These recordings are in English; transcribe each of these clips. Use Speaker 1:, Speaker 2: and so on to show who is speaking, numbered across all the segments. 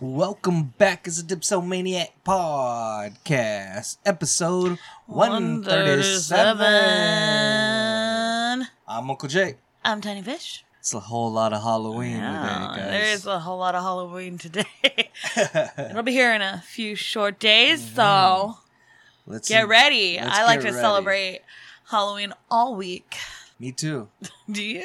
Speaker 1: Welcome back as a Dipsomaniac podcast, episode 137.
Speaker 2: 137.
Speaker 1: I'm Uncle Jake.
Speaker 2: I'm Tiny Fish.
Speaker 1: It's a whole lot of Halloween
Speaker 2: Yeah,
Speaker 1: today,
Speaker 2: there's a whole lot of Halloween today.
Speaker 1: guys.
Speaker 2: It'll be here in a few short days, so
Speaker 1: Mm-hmm. Let's
Speaker 2: get ready.
Speaker 1: let's
Speaker 2: I like
Speaker 1: get
Speaker 2: to
Speaker 1: ready.
Speaker 2: celebrate Halloween all week.
Speaker 1: Me too.
Speaker 2: Do you?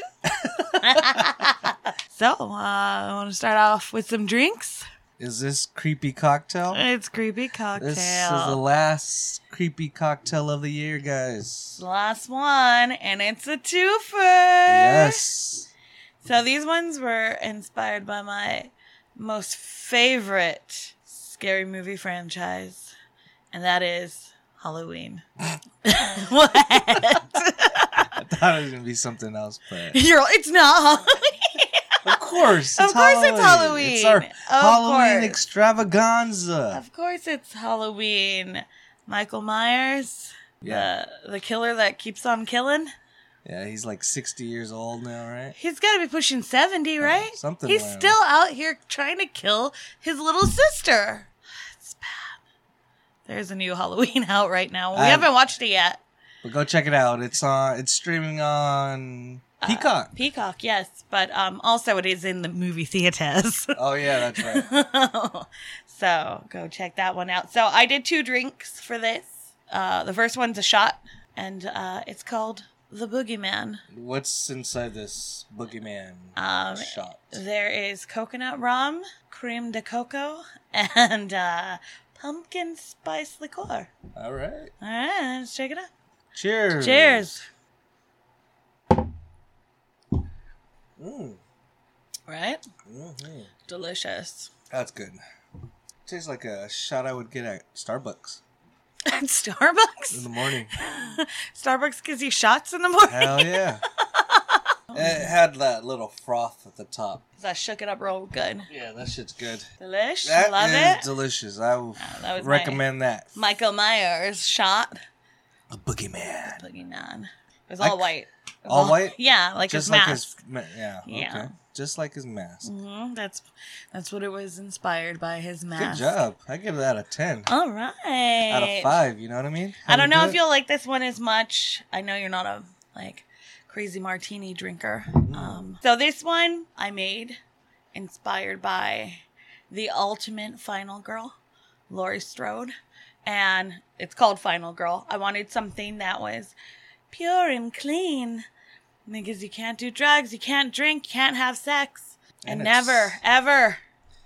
Speaker 2: so, uh, I want to start off with some drinks.
Speaker 1: Is this creepy cocktail?
Speaker 2: It's creepy cocktail.
Speaker 1: This is the last creepy cocktail of the year, guys.
Speaker 2: the last one, and it's a twofer.
Speaker 1: Yes.
Speaker 2: So these ones were inspired by my most favorite scary movie franchise, and that is Halloween. what?
Speaker 1: I thought it was gonna be something else, but
Speaker 2: You're, it's not.
Speaker 1: of course, it's
Speaker 2: Of course it's
Speaker 1: Halloween. It's our
Speaker 2: Halloween. Of
Speaker 1: Halloween
Speaker 2: course.
Speaker 1: extravaganza.
Speaker 2: of course, it's Halloween. Michael Myers,
Speaker 1: Yeah,
Speaker 2: the, the killer that keeps on killing.
Speaker 1: yeah, he's like sixty years old now, right?
Speaker 2: He's got to be pushing 70, right?
Speaker 1: something
Speaker 2: He's
Speaker 1: around.
Speaker 2: still out here trying to kill his little sister. It's bad. There's a new Halloween out right now. We
Speaker 1: I-
Speaker 2: haven't watched it yet.
Speaker 1: But go check it out. It's on. It's streaming on
Speaker 2: Uh,
Speaker 1: Peacock.
Speaker 2: Peacock, yes, but um also it is in the movie theaters.
Speaker 1: oh yeah, that's right.
Speaker 2: so go check that one out. So I did two drinks for this. Uh the first one's a shot and uh it's called The Boogeyman.
Speaker 1: What's inside this boogeyman
Speaker 2: Um,
Speaker 1: shot?
Speaker 2: There is coconut rum, cream de coco, and uh, pumpkin spice liqueur.
Speaker 1: All right.
Speaker 2: All right, let's check it out.
Speaker 1: Cheers.
Speaker 2: Cheers.
Speaker 1: Mm,
Speaker 2: Right?
Speaker 1: mhm.
Speaker 2: Delicious.
Speaker 1: That's good. Tastes like a shot I would get at Starbucks
Speaker 2: At
Speaker 1: in
Speaker 2: Starbucks?
Speaker 1: the morning.
Speaker 2: Starbucks gives you shots in the morning?
Speaker 1: Hell yeah. it had that little froth at the top.
Speaker 2: 'Cause I shook it up real good.
Speaker 1: Yeah, that shit's good.
Speaker 2: Delish.
Speaker 1: That is
Speaker 2: Love it. Oh,
Speaker 1: delicious. I will
Speaker 2: that was
Speaker 1: recommend that.
Speaker 2: Michael Myers shot.
Speaker 1: A boogeyman.
Speaker 2: Boogeyman. It was
Speaker 1: I
Speaker 2: all
Speaker 1: c-
Speaker 2: white. It was
Speaker 1: all white?
Speaker 2: Yeah, like
Speaker 1: Just
Speaker 2: his
Speaker 1: like
Speaker 2: mask.
Speaker 1: his ma- yeah,
Speaker 2: Yeah.
Speaker 1: Okay. Just like his mask.
Speaker 2: hmm That's that's what it was inspired by. His
Speaker 1: Good
Speaker 2: mask.
Speaker 1: job. I give that a ten
Speaker 2: All right.
Speaker 1: out of five. You know what I mean?
Speaker 2: I don't know
Speaker 1: How'd
Speaker 2: if
Speaker 1: you do
Speaker 2: you'll like this one as much. I know you're not a like crazy martini drinker. Um, so this one I made inspired by the ultimate final girl, Laurie Strode, and it's called Final Girl. I wanted something that was pure and clean because you can't do drugs, you can't drink, you can't have sex, and,
Speaker 1: And it's-
Speaker 2: never ever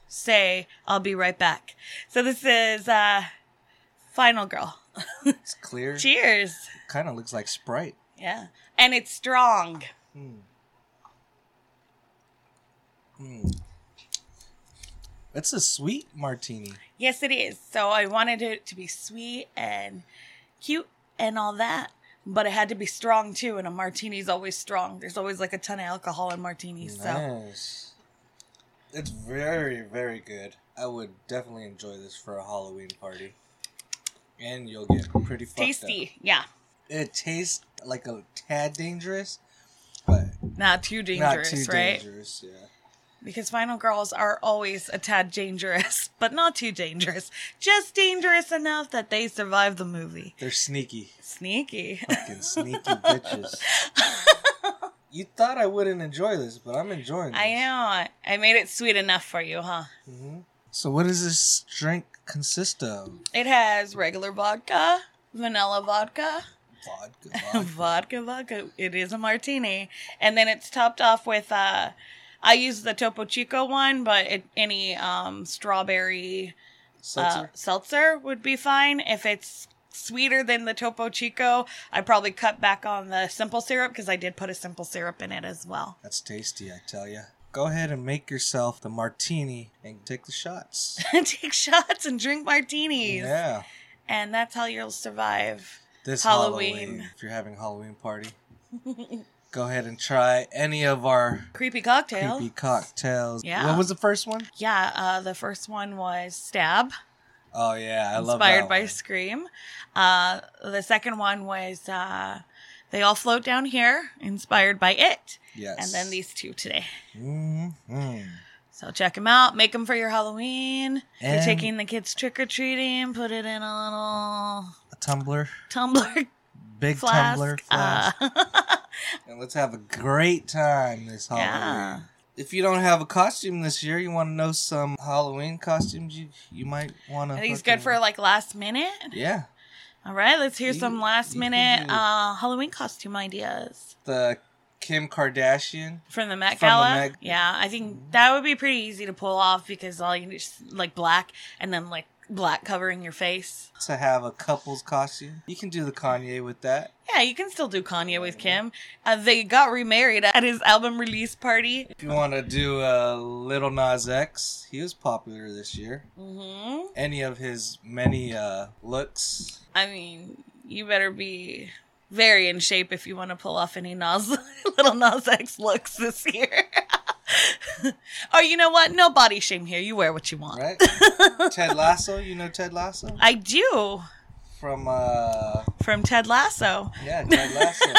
Speaker 2: say I'll be right back. So this is uh Final Girl.
Speaker 1: It's clear.
Speaker 2: Cheers.
Speaker 1: Kind of looks like Sprite.
Speaker 2: Yeah. And it's strong.
Speaker 1: Mm. Mm. It's a sweet martini.
Speaker 2: Yes, it is. So I wanted it to be sweet and cute and all that, but it had to be strong too. And a martini's always strong. There's always like a ton of alcohol in martinis. So
Speaker 1: Nice. It's very, very good. I would definitely enjoy this for a Halloween party. And you'll get pretty fucked
Speaker 2: tasty.
Speaker 1: up.
Speaker 2: Yeah.
Speaker 1: It tastes like a tad dangerous, but
Speaker 2: Not too
Speaker 1: not
Speaker 2: dangerous,
Speaker 1: too
Speaker 2: right?
Speaker 1: dangerous. Yeah.
Speaker 2: Because final girls are always a tad dangerous, but not too dangerous. Just dangerous enough that they survive the movie.
Speaker 1: They're sneaky.
Speaker 2: Sneaky.
Speaker 1: Fucking sneaky bitches. You thought I wouldn't enjoy this, but I'm enjoying this.
Speaker 2: I know. I made it sweet enough for you, huh?
Speaker 1: hmm So, what does this drink consist of?
Speaker 2: It has regular vodka, vanilla vodka,
Speaker 1: Vodka. vodka.
Speaker 2: vodka, vodka. It is a martini, and then it's topped off with. Uh, I use the Topo Chico one, but it, any um, strawberry uh,
Speaker 1: Seltzer?
Speaker 2: seltzer would be fine. If it's sweeter than the Topo Chico, I probably cut back on the simple syrup because I did put a simple syrup in it as well.
Speaker 1: That's tasty, I tell ya. Go ahead and make yourself the martini and take the shots.
Speaker 2: Take shots and drink martinis,
Speaker 1: yeah.
Speaker 2: and that's how you'll survive.
Speaker 1: This
Speaker 2: Halloween.
Speaker 1: Halloween. if you're having a Halloween party, go ahead and try any of our
Speaker 2: Creepy cocktail.
Speaker 1: creepy cocktails.
Speaker 2: Yeah.
Speaker 1: What was the first one?
Speaker 2: Yeah, uh, the first one was stab.
Speaker 1: Oh yeah, I love
Speaker 2: inspired
Speaker 1: that
Speaker 2: by
Speaker 1: one.
Speaker 2: Scream. Uh, the second one was uh, They all float down here, inspired by it,
Speaker 1: Yes.
Speaker 2: and then these two today.
Speaker 1: Mhm.
Speaker 2: So check them out. Make them for your Halloween. If You're
Speaker 1: And-
Speaker 2: taking the kids trick or treating. Put it in a little
Speaker 1: A tumbler,
Speaker 2: tumbler
Speaker 1: big
Speaker 2: flask.
Speaker 1: tumbler,
Speaker 2: uh,
Speaker 1: flask. and let's have a great time this Halloween.
Speaker 2: yeah.
Speaker 1: If you don't have a costume this year, you want to know some Halloween costumes you you might want to.
Speaker 2: I think it's good for like last minute.
Speaker 1: Yeah,
Speaker 2: All right, let's hear
Speaker 1: You-
Speaker 2: some last
Speaker 1: you
Speaker 2: minute
Speaker 1: can do-
Speaker 2: uh, Halloween costume ideas
Speaker 1: the Kim Kardashian.
Speaker 2: from the Met
Speaker 1: From the
Speaker 2: Gala.
Speaker 1: Met-
Speaker 2: Yeah, I think that would be pretty easy to pull off because all you need is like black and then like black covering your face.
Speaker 1: to have a couple's costume. You can do the Kanye with that.
Speaker 2: Yeah, you can still do Kanye with Kim. Uh, they got remarried at his album release party.
Speaker 1: If you want to do a Little Nas X, he was popular this year.
Speaker 2: hmm
Speaker 1: Any of his many uh, looks.
Speaker 2: I mean, you better be very in shape if you want to pull off any Nas little Nas X looks this year. oh, you know what? No body shame here. You wear what you want.
Speaker 1: Right? Ted Lasso, you know Ted Lasso
Speaker 2: I do
Speaker 1: from uh
Speaker 2: from Ted Lasso.
Speaker 1: yeah Ted Lasso.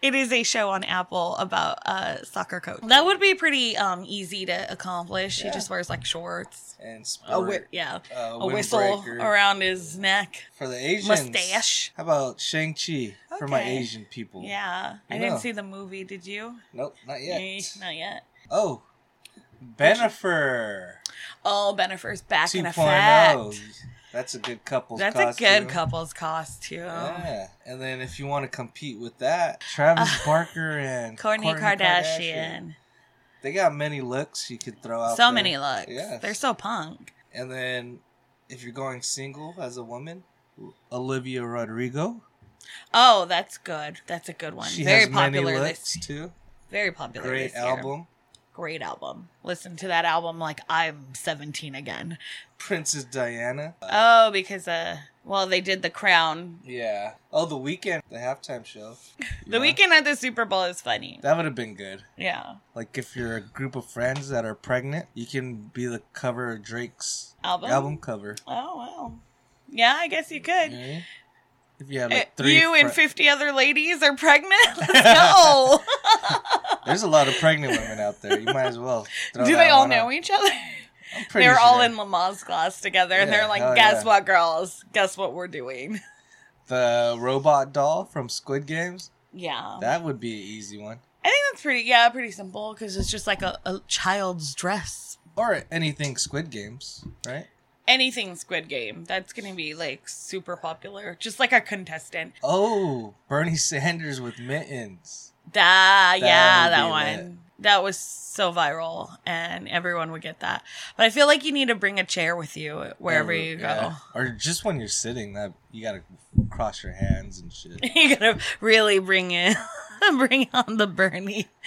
Speaker 2: It is a show on Apple about a soccer coach. That would be pretty um, easy to accomplish. He
Speaker 1: Yeah.
Speaker 2: just wears like shorts,
Speaker 1: and
Speaker 2: a whi-
Speaker 1: sport,
Speaker 2: yeah,
Speaker 1: uh,
Speaker 2: a whistle
Speaker 1: windbreaker.
Speaker 2: around his neck,
Speaker 1: for the Asians.
Speaker 2: mustache.
Speaker 1: How about Shang Chi for my
Speaker 2: Okay.
Speaker 1: Asian people?
Speaker 2: Yeah, I
Speaker 1: You
Speaker 2: didn't
Speaker 1: know.
Speaker 2: see the movie. Did you?
Speaker 1: Nope, not
Speaker 2: Eh,
Speaker 1: yet.
Speaker 2: Not yet.
Speaker 1: Oh, Benifer
Speaker 2: Oh, Benifer's back in
Speaker 1: 2.0.
Speaker 2: effect.
Speaker 1: That's a good couple's.
Speaker 2: That's a
Speaker 1: costume.
Speaker 2: good couple's cost too.
Speaker 1: Yeah, and then if you want to compete with that, Travis Barker and
Speaker 2: Kourtney
Speaker 1: Kourtney
Speaker 2: Kardashian.
Speaker 1: They got many looks you could throw out.
Speaker 2: So
Speaker 1: there.
Speaker 2: many looks.
Speaker 1: Yes.
Speaker 2: They're so punk.
Speaker 1: And then if you're going single as a woman, Olivia Rodrigo.
Speaker 2: Oh, that's good. That's a good one.
Speaker 1: She
Speaker 2: Very
Speaker 1: has many
Speaker 2: popular
Speaker 1: looks
Speaker 2: this
Speaker 1: too.
Speaker 2: very popular
Speaker 1: Great
Speaker 2: this year.
Speaker 1: album.
Speaker 2: Great album. Listen to that album like I'm 17 again.
Speaker 1: Princess Diana. Uh,
Speaker 2: Oh, because uh well, they did The Crown.
Speaker 1: yeah. Oh, the weekend, the halftime show.
Speaker 2: The
Speaker 1: Yeah.
Speaker 2: weekend at the Super Bowl is funny.
Speaker 1: That would have been good.
Speaker 2: Yeah.
Speaker 1: Like if you're a group of friends that are pregnant, you can be the cover of Drake's
Speaker 2: Album.
Speaker 1: album cover.
Speaker 2: Oh, wow. Yeah, I guess you could.
Speaker 1: Yeah. If you had
Speaker 2: Eh,
Speaker 1: like three,
Speaker 2: you and
Speaker 1: fri-
Speaker 2: 50 other ladies are pregnant? Let's go.
Speaker 1: there's a lot of pregnant women out there. You might as well. throw
Speaker 2: Do
Speaker 1: that
Speaker 2: they all
Speaker 1: one
Speaker 2: know
Speaker 1: out.
Speaker 2: each other?
Speaker 1: I'm pretty
Speaker 2: They're all
Speaker 1: sure.
Speaker 2: in Lama's class together, and they're
Speaker 1: Yeah,
Speaker 2: like,
Speaker 1: hell
Speaker 2: "Guess
Speaker 1: yeah.
Speaker 2: what, girls? Guess what we're doing?"
Speaker 1: the robot doll from Squid Games.
Speaker 2: Yeah,
Speaker 1: That would be an easy one,
Speaker 2: I think that's pretty. Yeah, pretty simple because it's just like a, a child's dress.
Speaker 1: or anything Squid Games, right?
Speaker 2: Anything Squid Game that's gonna be like super popular, just like a contestant.
Speaker 1: Oh, Bernie Sanders with mittens.
Speaker 2: Da, yeah,
Speaker 1: would
Speaker 2: that
Speaker 1: be
Speaker 2: one.
Speaker 1: lit.
Speaker 2: That was so viral, and everyone would get that. But I feel like you need to bring a chair with you wherever
Speaker 1: Or-
Speaker 2: you go.
Speaker 1: yeah. or just when you're sitting, that you gotta cross your hands and shit.
Speaker 2: you gotta really bring in, bring on the Bernie.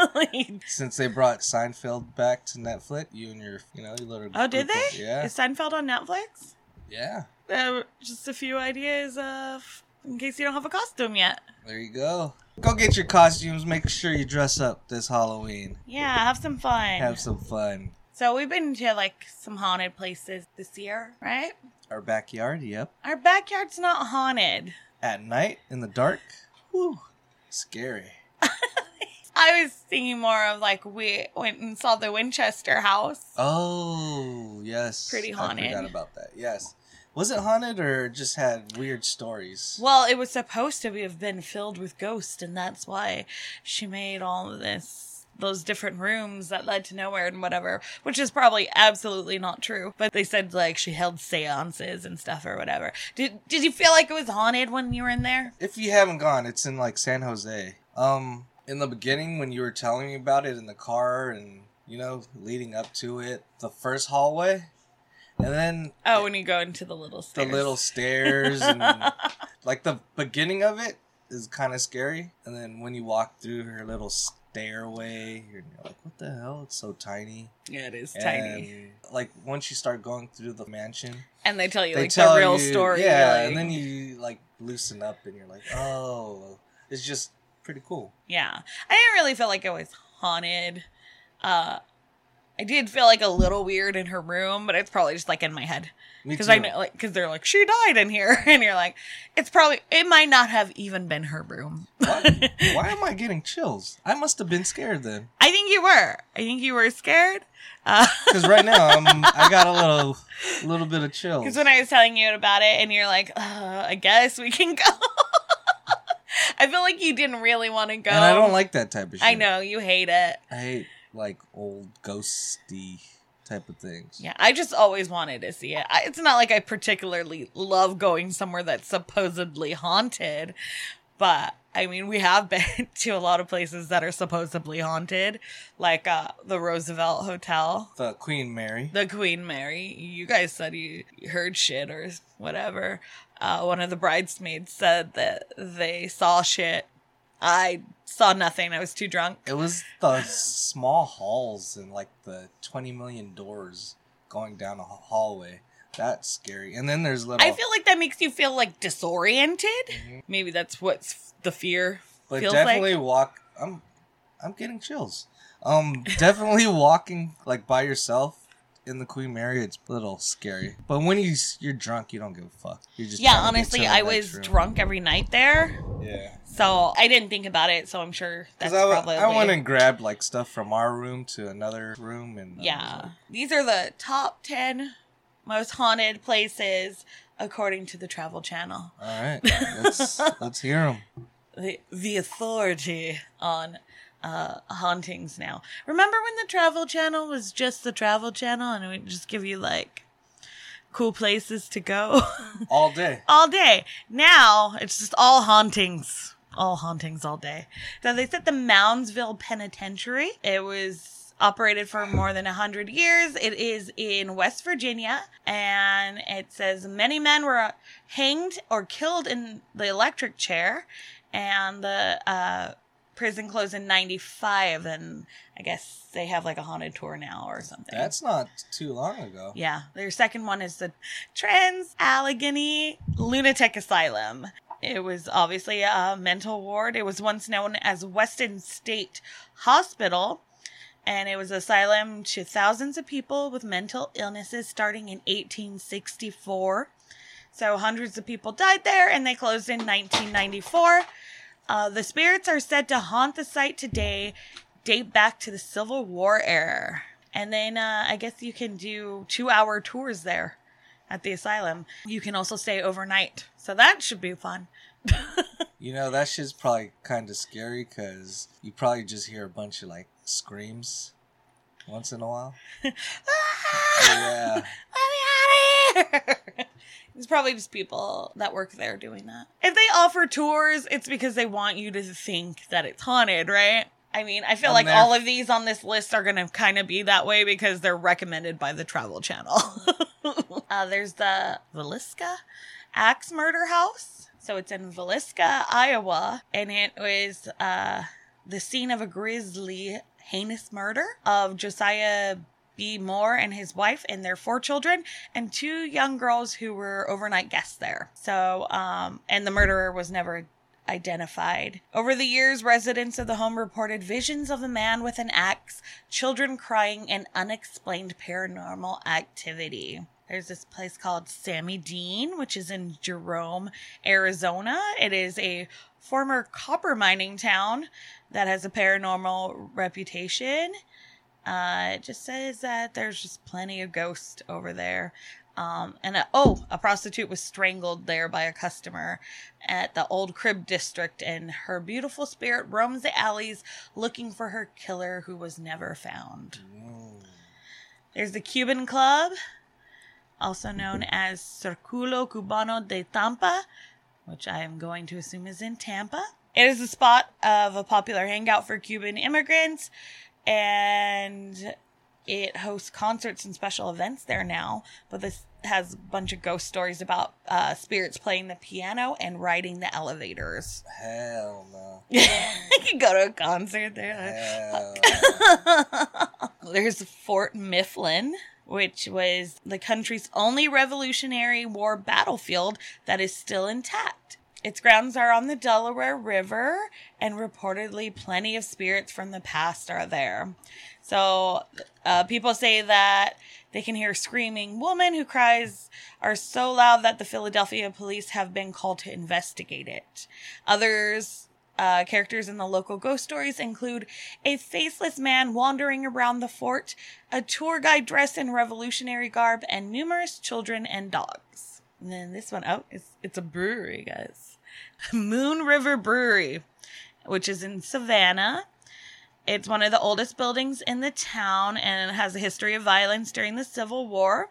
Speaker 2: Oh, Like,
Speaker 1: Since they brought Seinfeld back to Netflix, you and your, you know, your little.
Speaker 2: Oh, did
Speaker 1: group
Speaker 2: they?
Speaker 1: of- yeah,
Speaker 2: Is Seinfeld on Netflix?
Speaker 1: yeah.
Speaker 2: Uh, just a few ideas of in case you don't have a costume yet.
Speaker 1: There you go. Go get your costumes. Make sure you dress up this Halloween.
Speaker 2: Yeah, have some fun.
Speaker 1: Have some fun.
Speaker 2: so we've been to like some haunted places this year, right?
Speaker 1: Our backyard, yep.
Speaker 2: Our backyard's not haunted.
Speaker 1: At night in the dark. Whew. Scary.
Speaker 2: I was thinking more of like we went and saw the Winchester house.
Speaker 1: Oh, yes.
Speaker 2: Pretty
Speaker 1: I
Speaker 2: haunted.
Speaker 1: forgot about that. Yes. Was it haunted or just had weird stories?
Speaker 2: Well, it was supposed to be, have been filled with ghosts, and that's why she made all of this those different rooms that led to nowhere and whatever, which is probably absolutely not true. But they said like she held seances and stuff or whatever. Did did you feel like it was haunted when you were in there?
Speaker 1: If you haven't gone, it's in like San Jose. Um, in the beginning when you were telling me about it in the car and you know leading up to it, the first hallway, and then
Speaker 2: Oh, when you go into the little
Speaker 1: the
Speaker 2: stairs.
Speaker 1: little stairs and like the beginning of it is kind of scary and then when you walk through her little stairway you're like what the hell it's so tiny
Speaker 2: yeah, it is tiny.
Speaker 1: And, like once you start going through the mansion
Speaker 2: And they tell you
Speaker 1: they
Speaker 2: like
Speaker 1: tell
Speaker 2: the real
Speaker 1: you-
Speaker 2: story.
Speaker 1: yeah
Speaker 2: like-
Speaker 1: and then you like loosen up and you're like oh it's just pretty cool
Speaker 2: Yeah. I didn't really feel like it was haunted. Uh I did feel like a little weird in her room, but it's probably just like in my head
Speaker 1: Me
Speaker 2: because
Speaker 1: too.
Speaker 2: I know like because they're like she died in here, and you're like it's probably it might not have even been her room.
Speaker 1: Why, why am I getting chills? I must have been scared then,
Speaker 2: I think you were. I think you were scared. Uh,
Speaker 1: because right now I'm I got a little little bit of chills.
Speaker 2: Because when I was telling you about it, and you're like, uh, I guess we can go. I feel like you didn't really want to go.
Speaker 1: and I don't like that type of shit.
Speaker 2: I know you hate it.
Speaker 1: I hate like old ghosty type of things.
Speaker 2: Yeah, I just always wanted to see it. I, it's not like I particularly love going somewhere that's supposedly haunted, but I mean, we have been to a lot of places that are supposedly haunted, like uh, the Roosevelt Hotel,
Speaker 1: The Queen Mary.
Speaker 2: the Queen Mary. You guys said you you heard shit or whatever. Uh, one of the bridesmaids said that they saw shit. I saw nothing. I was too drunk.
Speaker 1: It was the small halls and like the 20 million doors going down a h- hallway. That's scary. And then there's little.
Speaker 2: I feel like that makes you feel like disoriented.
Speaker 1: Mhm.
Speaker 2: Maybe that's what's the fear.
Speaker 1: but
Speaker 2: feels
Speaker 1: definitely walk. I'm, I'm getting chills. Um, definitely walking like by yourself in the Queen Mary. It's a little scary. But when you s- you're drunk, you don't give a fuck. You're just
Speaker 2: yeah,
Speaker 1: trying to get to
Speaker 2: honestly,
Speaker 1: the
Speaker 2: I
Speaker 1: next
Speaker 2: was
Speaker 1: room.
Speaker 2: drunk every night there,
Speaker 1: Yeah.
Speaker 2: so I didn't think about it. So I'm sure that's
Speaker 1: Because I, w-
Speaker 2: probably.
Speaker 1: I went and grabbed like stuff from our room to another room and uh, I was
Speaker 2: Yeah,
Speaker 1: like,
Speaker 2: these are the top ten most haunted places according to the Travel Channel.
Speaker 1: all right, let's let's hear them.
Speaker 2: the, the authority on uh, hauntings now. Remember when the Travel Channel was just the Travel Channel and it would just give you like cool places to go
Speaker 1: all day.
Speaker 2: all day? Now it's just all hauntings. All hauntings all day. So they set the Moundsville Penitentiary. It was operated for more than 100 years. It is in West Virginia. And it says many men were hanged or killed in the electric chair. And the uh, prison closed in 95. And I guess they have like a haunted tour now or something.
Speaker 1: That's not too long ago.
Speaker 2: Yeah. Their second one is the Trans Allegheny Lunatic Asylum. It was obviously a mental ward. It was once known as Weston State Hospital, and it was an asylum to thousands of people with mental illnesses starting in 1864. So hundreds of people died there, and they closed in 1994. Uh, the spirits are said to haunt the site today, date back to the Civil War era. And then uh, I guess you can do two hour tours there at the asylum. You can also stay overnight. So that should be fun.
Speaker 1: You know that shit's probably kind of scary because you probably just hear a bunch of like screams once in a while. Yeah.
Speaker 2: Let me out of here. It's probably just people that work there doing that. If they offer tours, it's because they want you to think that it's haunted, right? I mean, I feel
Speaker 1: I'm
Speaker 2: like
Speaker 1: there.
Speaker 2: all of these on this list are going to kind of be that way because they're recommended by the Travel Channel. uh, there's the Villisca Axe Murder House. So it's in Villisca, Iowa, and it was uh, the scene of a grisly, heinous murder of Josiah B. Moore and his wife and their four children and two young girls who were overnight guests there. So, um, and the murderer was never identified. Over the years, residents of the home reported visions of a man with an axe, children crying, and unexplained paranormal activity. There's this place called Sammy Dean, which is in Jerome, Arizona. It is a former copper mining town that has a paranormal reputation. Uh, it just says that there's just plenty of ghosts over there. Um, and a, oh, a prostitute was strangled there by a customer at the old crib district, and her beautiful spirit roams the alleys looking for her killer who was never found.
Speaker 1: Mm.
Speaker 2: There's the Cuban Club, also known as Circulo Cubano de Tampa, which I am going to assume is in Tampa. It is a spot of a popular hangout for Cuban immigrants, and it hosts concerts and special events there now. But this has a bunch of ghost stories about uh, spirits playing the piano and riding the elevators.
Speaker 1: Hell no.
Speaker 2: you can go to a concert there.
Speaker 1: Hell.
Speaker 2: There's Fort Mifflin, which was the country's only Revolutionary War battlefield that is still intact. Its grounds are on the Delaware River, and reportedly, plenty of spirits from the past are there. So, uh, people say that they can hear screaming woman who cries are so loud that the Philadelphia police have been called to investigate it. Others, uh, characters in the local ghost stories include a faceless man wandering around the fort, a tour guide dressed in revolutionary garb, and numerous children and dogs. And then this one, oh, it's, it's a brewery, guys. Moon River Brewery, which is in Savannah. It's one of the oldest buildings in the town and it has a history of violence during the Civil War.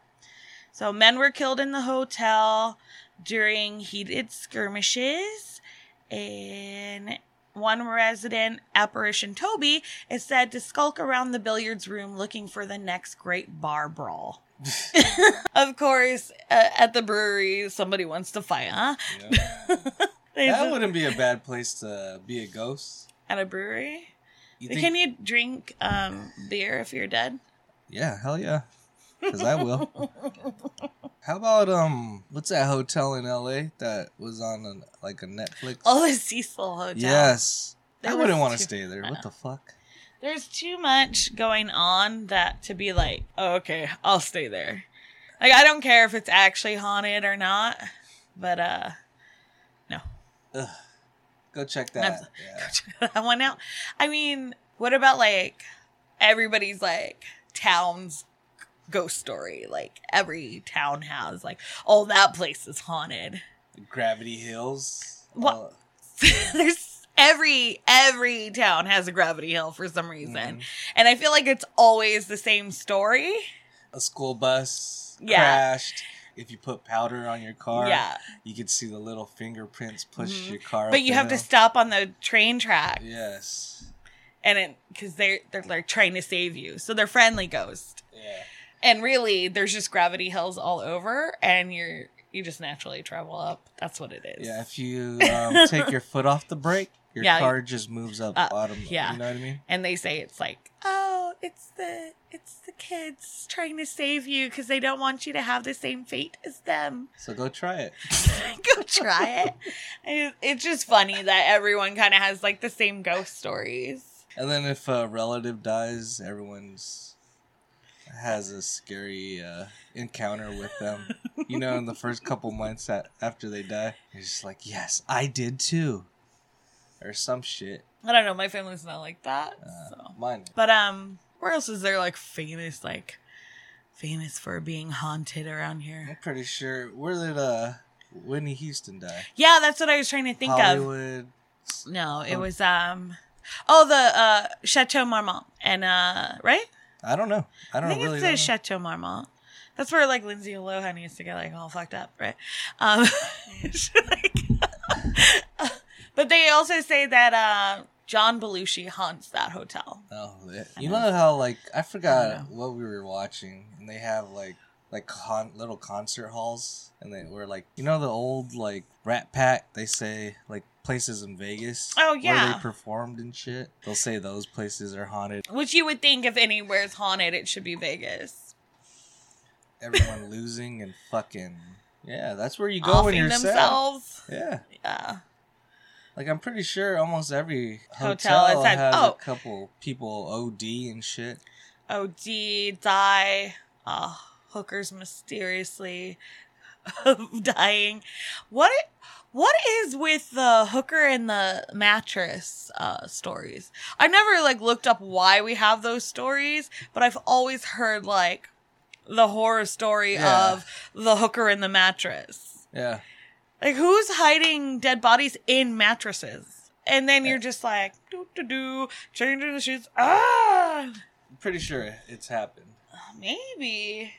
Speaker 2: So, men were killed in the hotel during heated skirmishes. And one resident, Apparition Toby, is said to skulk around the billiards room looking for the next great bar brawl. of course, uh, at the brewery, somebody wants to fight, huh?
Speaker 1: Yeah.
Speaker 2: They
Speaker 1: that
Speaker 2: just-
Speaker 1: wouldn't be a bad place to be a ghost.
Speaker 2: at a brewery?
Speaker 1: You
Speaker 2: Can e- you drink um, beer if you're dead?
Speaker 1: Yeah, hell yeah. Because I will. How about um, what's that hotel in L.A. that was on an, like a Netflix?
Speaker 2: Oh, the Cecil Hotel.
Speaker 1: yes.
Speaker 2: There
Speaker 1: I
Speaker 2: was
Speaker 1: wouldn't want to
Speaker 2: two-
Speaker 1: stay there. What the fuck?
Speaker 2: There's too much going on that to be like, oh, okay, I'll stay there. Like I don't care if it's actually haunted or not, but uh,
Speaker 1: Go check
Speaker 2: That's-
Speaker 1: that. Yeah.
Speaker 2: I went out. I mean, what about like everybody's like town's ghost story? Like every town has like, oh, that place is haunted.
Speaker 1: Gravity Hills.
Speaker 2: What-
Speaker 1: Uh,
Speaker 2: There's every every town has a gravity hill for some reason,
Speaker 1: mhm.
Speaker 2: and I feel like it's always the same story.
Speaker 1: mm-hmm. A school bus
Speaker 2: Yeah.
Speaker 1: crashed. If you put powder on your car,
Speaker 2: yeah.
Speaker 1: you could see the little fingerprints push
Speaker 2: Mhm.
Speaker 1: your car.
Speaker 2: But
Speaker 1: up
Speaker 2: you
Speaker 1: the
Speaker 2: have to
Speaker 1: hill.
Speaker 2: stop on the train track,
Speaker 1: Yes.
Speaker 2: and it because they're they're like trying to save you, so they're friendly ghosts.
Speaker 1: Yeah.
Speaker 2: And really, there's just gravity hills all over, and you're you just naturally travel up. That's what it is.
Speaker 1: Yeah. If you um, take your foot off the brake, your
Speaker 2: Yeah.
Speaker 1: car just moves up
Speaker 2: Uh,
Speaker 1: bottom.
Speaker 2: yeah.
Speaker 1: You know what I mean?
Speaker 2: And they say it's like, oh, it's the it's the kids trying to save you because they don't want you to have the same fate as them.
Speaker 1: So go try it.
Speaker 2: Go try it. it. It's just funny that everyone kind of has like the same ghost stories.
Speaker 1: And then if a relative dies, everyone's has a scary uh, encounter with them. You know, in the first couple months a after they die, you're just like, "Yes, I did too," or some shit.
Speaker 2: I don't know. My family's not like that.
Speaker 1: Uh,
Speaker 2: so.
Speaker 1: Mine.
Speaker 2: But um, where else is there like famous like famous for being haunted around
Speaker 1: I'm
Speaker 2: here?
Speaker 1: pretty sure. Where did uh, Whitney Houston die?
Speaker 2: Yeah, that's what I was trying to think of.
Speaker 1: Hollywood.
Speaker 2: No, it
Speaker 1: Oh.
Speaker 2: was um Oh, the uh Chateau Marmont and uh right?
Speaker 1: I don't know. I don't
Speaker 2: think
Speaker 1: really.
Speaker 2: it's
Speaker 1: don't know.
Speaker 2: the Chateau Marmont. That's where like Lindsay Lohan used to get like all fucked up, right? Um she, like- But they also say that uh John Belushi haunts that hotel.
Speaker 1: Oh, it-
Speaker 2: I
Speaker 1: you
Speaker 2: know.
Speaker 1: know how like I forgot
Speaker 2: know.
Speaker 1: what we were watching, and they have like like con- little concert halls, and they were like you know the old like Rat Pack. They say like places in Vegas.
Speaker 2: Oh,
Speaker 1: where
Speaker 2: yeah.
Speaker 1: they performed and shit. They'll say those places are haunted.
Speaker 2: Which you would think if anywhere's haunted it should be Vegas.
Speaker 1: Everyone losing and fucking yeah. That's where you go when
Speaker 2: offing
Speaker 1: you're sad.
Speaker 2: themselves.
Speaker 1: Yeah,
Speaker 2: Yeah.
Speaker 1: like I'm pretty sure almost every
Speaker 2: Hotel
Speaker 1: hotel,
Speaker 2: has had-
Speaker 1: has
Speaker 2: oh.
Speaker 1: a couple people OD and shit.
Speaker 2: OD, die, uh, hookers mysteriously dying. What i- what is with the hooker and the mattress uh, stories? I never like looked up why we have those stories, but I've always heard like the horror story
Speaker 1: Yeah.
Speaker 2: of the hooker and the mattress.
Speaker 1: Yeah,
Speaker 2: Like who's hiding dead bodies in mattresses? And then you're just like doo doo doo changing the sheets. Ah
Speaker 1: I'm pretty sure it's happened.
Speaker 2: maybe.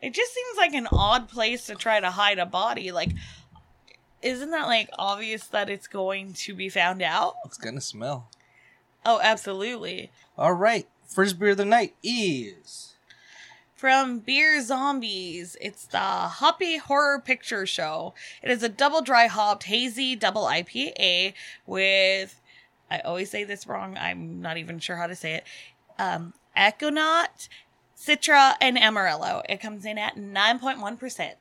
Speaker 2: It just seems like an odd place to try to hide a body. Like isn't that like obvious that it's going to be found out?
Speaker 1: It's gonna smell.
Speaker 2: Oh, absolutely.
Speaker 1: All right, first beer of the night is
Speaker 2: From Beer Zombies, it's the Hoppy Horror Picture Show. It is a double dry hopped, hazy double IPA with, I always say this wrong, I'm not even sure how to say it, um, Econaut, Citra, and Amarillo. It comes in at 9.1%.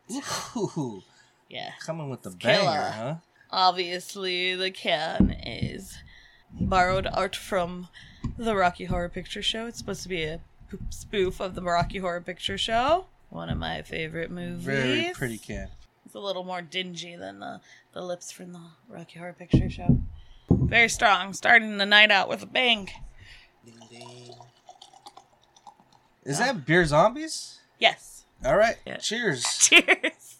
Speaker 1: Ooh,
Speaker 2: Yeah.
Speaker 1: coming with the
Speaker 2: Killer.
Speaker 1: banger, huh?
Speaker 2: Obviously, the can is borrowed art from the Rocky Horror Picture Show. It's supposed to be a p- spoof of the Rocky Horror Picture Show. One of my favorite movies.
Speaker 1: Very pretty can.
Speaker 2: It's a little more dingy than the, the lips from the Rocky Horror Picture Show. Very strong, starting the night out with a bang.
Speaker 1: Is that beer zombies?
Speaker 2: Yes.
Speaker 1: All right.
Speaker 2: Yeah.
Speaker 1: Cheers.
Speaker 2: Cheers.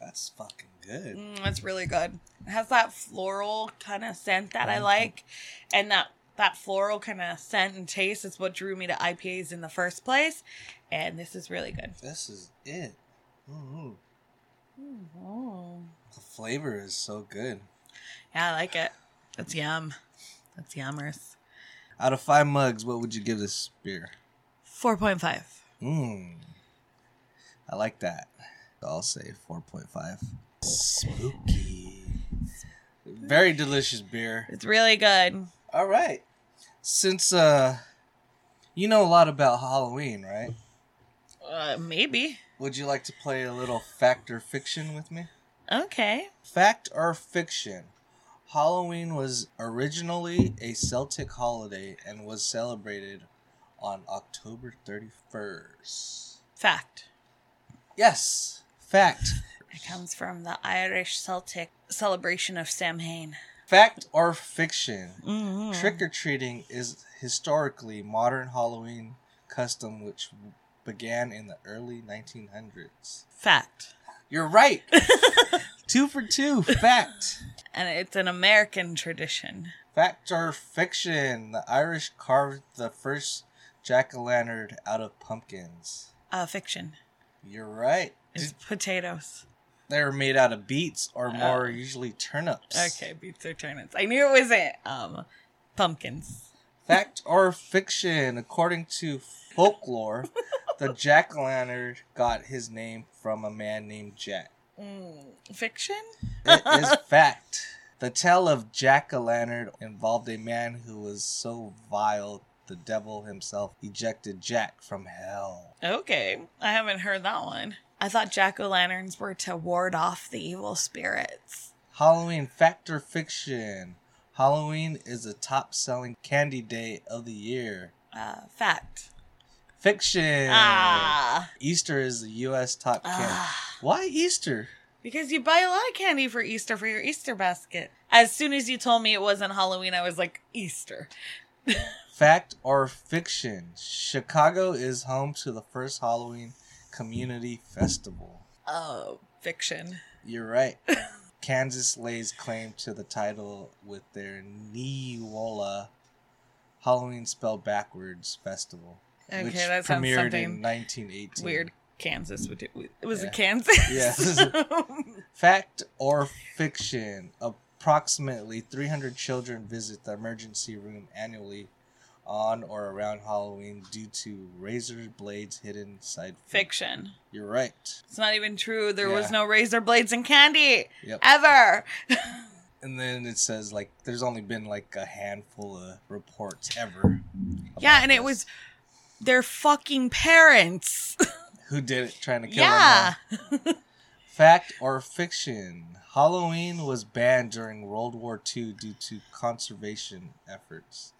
Speaker 1: That's fucking good.
Speaker 2: Mm, that's really good. It has that floral kind of scent that I like, and that that floral kind of scent and taste is what drew me to IPAs in the first place. And this is really good.
Speaker 1: This is it. hmm The flavor is so good.
Speaker 2: Yeah, I like it. That's yum. That's yummers.
Speaker 1: Out of five mugs, what would you give this beer?
Speaker 2: Four point five.
Speaker 1: Mmm. I like that. I'll say 4.5. Spooky. Very delicious beer.
Speaker 2: It's really good.
Speaker 1: All right. Since uh you know a lot about Halloween, right?
Speaker 2: Uh, maybe.
Speaker 1: Would you like to play a little fact or fiction with me?
Speaker 2: Okay.
Speaker 1: Fact or fiction? Halloween was originally a Celtic holiday and was celebrated on October 31st.
Speaker 2: Fact.
Speaker 1: Yes, fact.
Speaker 2: It comes from the Irish Celtic celebration of Samhain.
Speaker 1: Fact or fiction?
Speaker 2: Mm-hmm.
Speaker 1: Trick or treating is historically modern Halloween custom which began in the early 1900s.
Speaker 2: Fact.
Speaker 1: You're right. two for two. Fact.
Speaker 2: And it's an American tradition.
Speaker 1: Fact or fiction? The Irish carved the first jack o' lantern out of pumpkins.
Speaker 2: Uh, fiction.
Speaker 1: You're right.
Speaker 2: It's
Speaker 1: Did-
Speaker 2: potatoes.
Speaker 1: They were made out of beets or more
Speaker 2: Oh.
Speaker 1: usually turnips.
Speaker 2: Okay, beets or turnips. I knew it wasn't um pumpkins.
Speaker 1: Fact or fiction? According to folklore, the jack o' lantern got his name from a man named Jack.
Speaker 2: Mm, fiction?
Speaker 1: It is fact. The tale of Jack o' Lantern involved a man who was so vile, the devil himself ejected Jack from hell.
Speaker 2: Okay, I haven't heard that one. I thought jack o' lanterns were to ward off the evil spirits.
Speaker 1: Halloween fact or fiction? Halloween is the top selling candy day of the year.
Speaker 2: Uh, fact.
Speaker 1: Fiction!
Speaker 2: Ah,
Speaker 1: Easter is the U.S. top candy.
Speaker 2: ah.
Speaker 1: Why Easter?
Speaker 2: Because you buy a lot of candy for Easter for your Easter basket. As soon as you told me it wasn't Halloween, I was like, Easter.
Speaker 1: Fact or fiction? Chicago is home to the first Halloween community festival.
Speaker 2: Oh, fiction.
Speaker 1: You're right. Kansas lays claim to the title with their Neola Halloween spelled backwards festival,
Speaker 2: Okay,
Speaker 1: which
Speaker 2: that sounds
Speaker 1: premiered
Speaker 2: something
Speaker 1: in 1918.
Speaker 2: weird. Kansas would do. It was
Speaker 1: Yeah.
Speaker 2: in Kansas.
Speaker 1: Yeah. Fact or fiction? Approximately 300 children visit the emergency room annually on or around Halloween due to razor blades hidden side.
Speaker 2: Fiction.
Speaker 1: You're right.
Speaker 2: It's not even true. There
Speaker 1: Yeah.
Speaker 2: was no razor blades in candy
Speaker 1: Yep.
Speaker 2: ever.
Speaker 1: And then it says like there's only been like a handful of reports ever.
Speaker 2: Yeah,
Speaker 1: about
Speaker 2: and it
Speaker 1: this.
Speaker 2: was their fucking parents.
Speaker 1: who did it trying to kill him.
Speaker 2: yeah.
Speaker 1: Fact or fiction? Halloween was banned during World War II due to conservation efforts.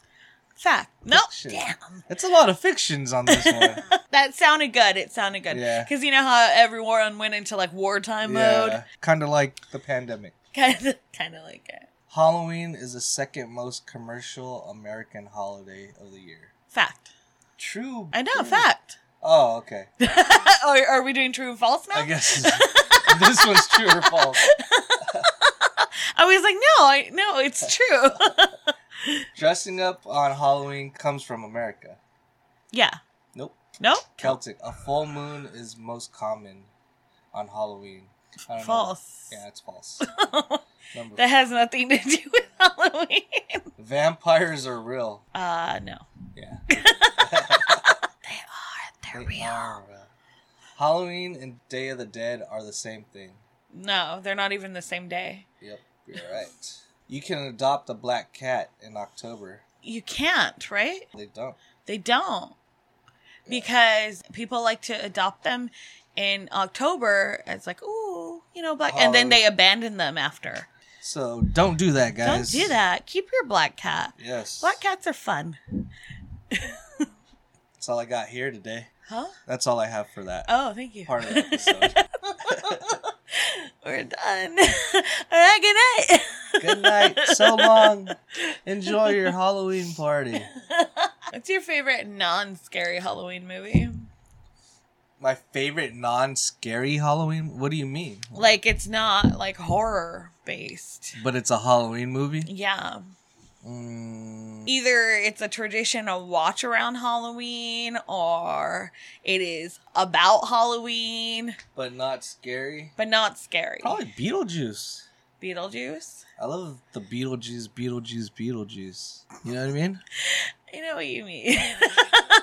Speaker 2: Fact. Nope.
Speaker 1: Fiction.
Speaker 2: Damn.
Speaker 1: It's a lot of fictions on this one.
Speaker 2: That sounded good. It sounded good.
Speaker 1: Yeah.
Speaker 2: Because you know how every war on went into like wartime mode?
Speaker 1: Kind of like the pandemic.
Speaker 2: Kind of, kind of like it.
Speaker 1: Halloween is the second most commercial American holiday of the year.
Speaker 2: Fact.
Speaker 1: True.
Speaker 2: I know,
Speaker 1: true.
Speaker 2: fact.
Speaker 1: Oh, okay.
Speaker 2: are, are we doing true and false now?
Speaker 1: I guess this one's true or false.
Speaker 2: I was like, no, I no, it's true.
Speaker 1: Dressing up on Halloween comes from America.
Speaker 2: yeah.
Speaker 1: Nope.
Speaker 2: Nope.
Speaker 1: Celtic. A full moon is most common on Halloween. I don't know.
Speaker 2: False.
Speaker 1: Yeah, it's false. Number
Speaker 2: that has nothing to do with Halloween.
Speaker 1: Vampires are real.
Speaker 2: Uh, no.
Speaker 1: Yeah.
Speaker 2: They are. They're
Speaker 1: they
Speaker 2: real.
Speaker 1: are real. Halloween and Day of the Dead are the same thing.
Speaker 2: No, they're not even the same day.
Speaker 1: Yep, you're right. You can adopt a black cat in October.
Speaker 2: You can't, right?
Speaker 1: They don't.
Speaker 2: They don't. Because people like to adopt them in October, it's like, ooh, you know, black.
Speaker 1: Oh.
Speaker 2: And then they abandon them after.
Speaker 1: So don't do that, guys.
Speaker 2: Don't do that. Keep your black cat.
Speaker 1: Yes.
Speaker 2: Black cats are fun.
Speaker 1: That's all I got here today.
Speaker 2: Huh?
Speaker 1: That's all I have for that
Speaker 2: Oh, thank you.
Speaker 1: part of the episode.
Speaker 2: We're done. All right, good night.
Speaker 1: Good night. So long. Enjoy your Halloween party.
Speaker 2: What's your favorite non scary Halloween movie?
Speaker 1: My favorite non-scary Halloween. What do you mean?
Speaker 2: Like, it's not like horror based.
Speaker 1: But it's a Halloween movie.
Speaker 2: Yeah.
Speaker 1: Mm,
Speaker 2: Either it's a tradition of watch around Halloween or it is about Halloween,
Speaker 1: but not scary.
Speaker 2: but not scary.
Speaker 1: Probably Beetlejuice.
Speaker 2: Beetlejuice.
Speaker 1: I love the Beetlejuice, Beetlejuice, Beetlejuice. You know what I mean?
Speaker 2: I know what you mean.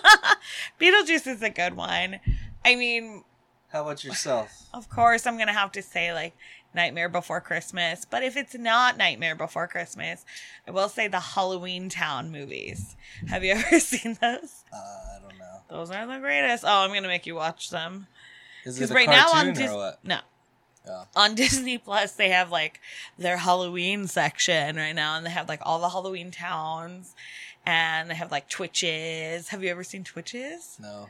Speaker 2: Beetlejuice is a good one. I mean,
Speaker 1: How about yourself?
Speaker 2: of course, I'm going to have to say like Nightmare Before Christmas, but if it's not Nightmare Before Christmas, I will say the Halloween Town movies. Have you ever seen those?
Speaker 1: Uh, I don't know.
Speaker 2: Those are the greatest. Oh, I'm going to make you watch them.
Speaker 1: Is it
Speaker 2: Because
Speaker 1: a
Speaker 2: right now on
Speaker 1: cartoon
Speaker 2: Dis-
Speaker 1: or what?
Speaker 2: no.
Speaker 1: Yeah.
Speaker 2: On Disney Plus, they have like their Halloween section right now, and they have like all the Halloween towns, and they have like Twitches. Have you ever seen Twitches?
Speaker 1: No,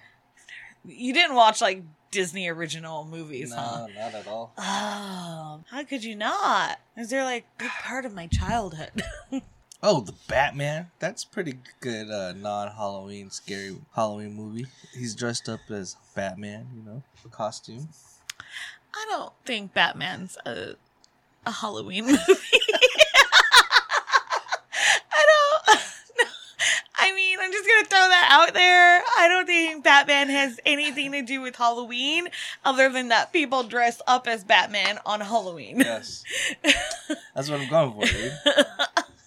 Speaker 2: You didn't watch like Disney original movies, huh?
Speaker 1: no, not at all.
Speaker 2: Oh, how could you not? Is there like a big part of my childhood?
Speaker 1: Oh, the Batman. That's pretty good uh, non-Halloween scary Halloween movie. He's dressed up as Batman, you know, costume.
Speaker 2: I don't think Batman's a, a Halloween movie. I don't. No, I mean, I'm just gonna throw that out there. I don't think Batman has anything to do with Halloween, other than that people dress up as Batman on Halloween.
Speaker 1: Yes, that's what I'm going for, dude.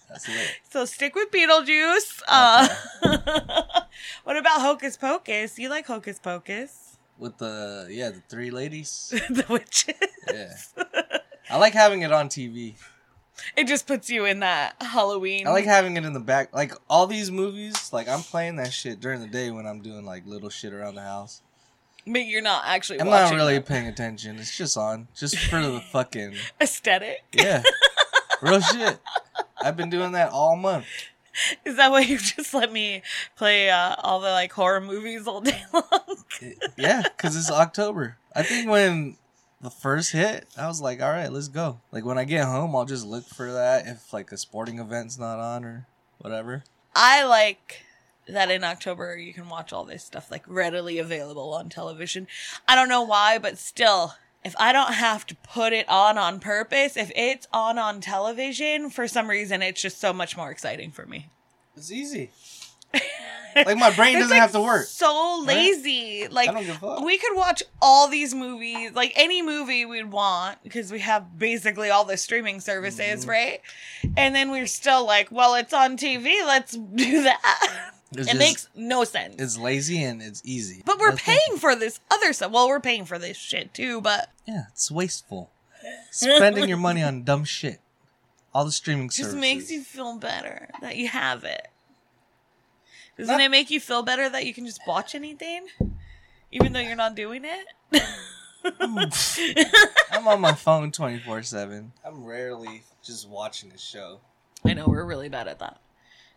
Speaker 1: That's it.
Speaker 2: so stick with Beetlejuice. Uh, what about Hocus Pocus? You like Hocus Pocus?
Speaker 1: With the yeah, the three ladies.
Speaker 2: the witches.
Speaker 1: Yeah, I like having it on TV.
Speaker 2: It just puts you in that Halloween.
Speaker 1: I like having it in the back. Like all these movies, like I'm playing that shit during the day when I'm doing like little shit around the house.
Speaker 2: but you're not actually.
Speaker 1: I'm not
Speaker 2: watching
Speaker 1: really
Speaker 2: them.
Speaker 1: paying attention. It's just on, just for the fucking
Speaker 2: aesthetic.
Speaker 1: yeah, real shit. I've been doing that all month.
Speaker 2: Is that why you just let me play uh, all the like horror movies all day long?
Speaker 1: It- yeah, because it's October. I think when the first hit, I was like, all right, let's go. Like when I get home, I'll just look for that if like a sporting event's not on or whatever.
Speaker 2: I like that in October you can watch all this stuff like readily available on television. I don't know why, but still, if I don't have to put it on on purpose, if it's on on television for some reason, it's just so much more exciting for me.
Speaker 1: It's easy. Like my brain
Speaker 2: It's,
Speaker 1: doesn't
Speaker 2: like,
Speaker 1: have to work.
Speaker 2: So lazy. Like
Speaker 1: I don't give a fuck.
Speaker 2: we could watch all these movies, like any movie we'd want, because we have basically all the streaming services,
Speaker 1: Mm-hmm.
Speaker 2: right? And then we're still like, well, it's on TV. Let's do that.
Speaker 1: It's
Speaker 2: it
Speaker 1: just-
Speaker 2: makes no sense.
Speaker 1: It's lazy and it's easy.
Speaker 2: but we're
Speaker 1: That's it.
Speaker 2: paying for this other stuff. Well, we're paying for this shit too, but
Speaker 1: Yeah, it's wasteful. Spending your money on dumb shit. All the streaming
Speaker 2: it just
Speaker 1: services.
Speaker 2: makes you feel better that you have it. Doesn't
Speaker 1: Not-
Speaker 2: it make you feel better that you can just watch anything, even though you're not doing it?
Speaker 1: I'm on my phone 24 7. I'm rarely just watching a show.
Speaker 2: I know we're really bad at that.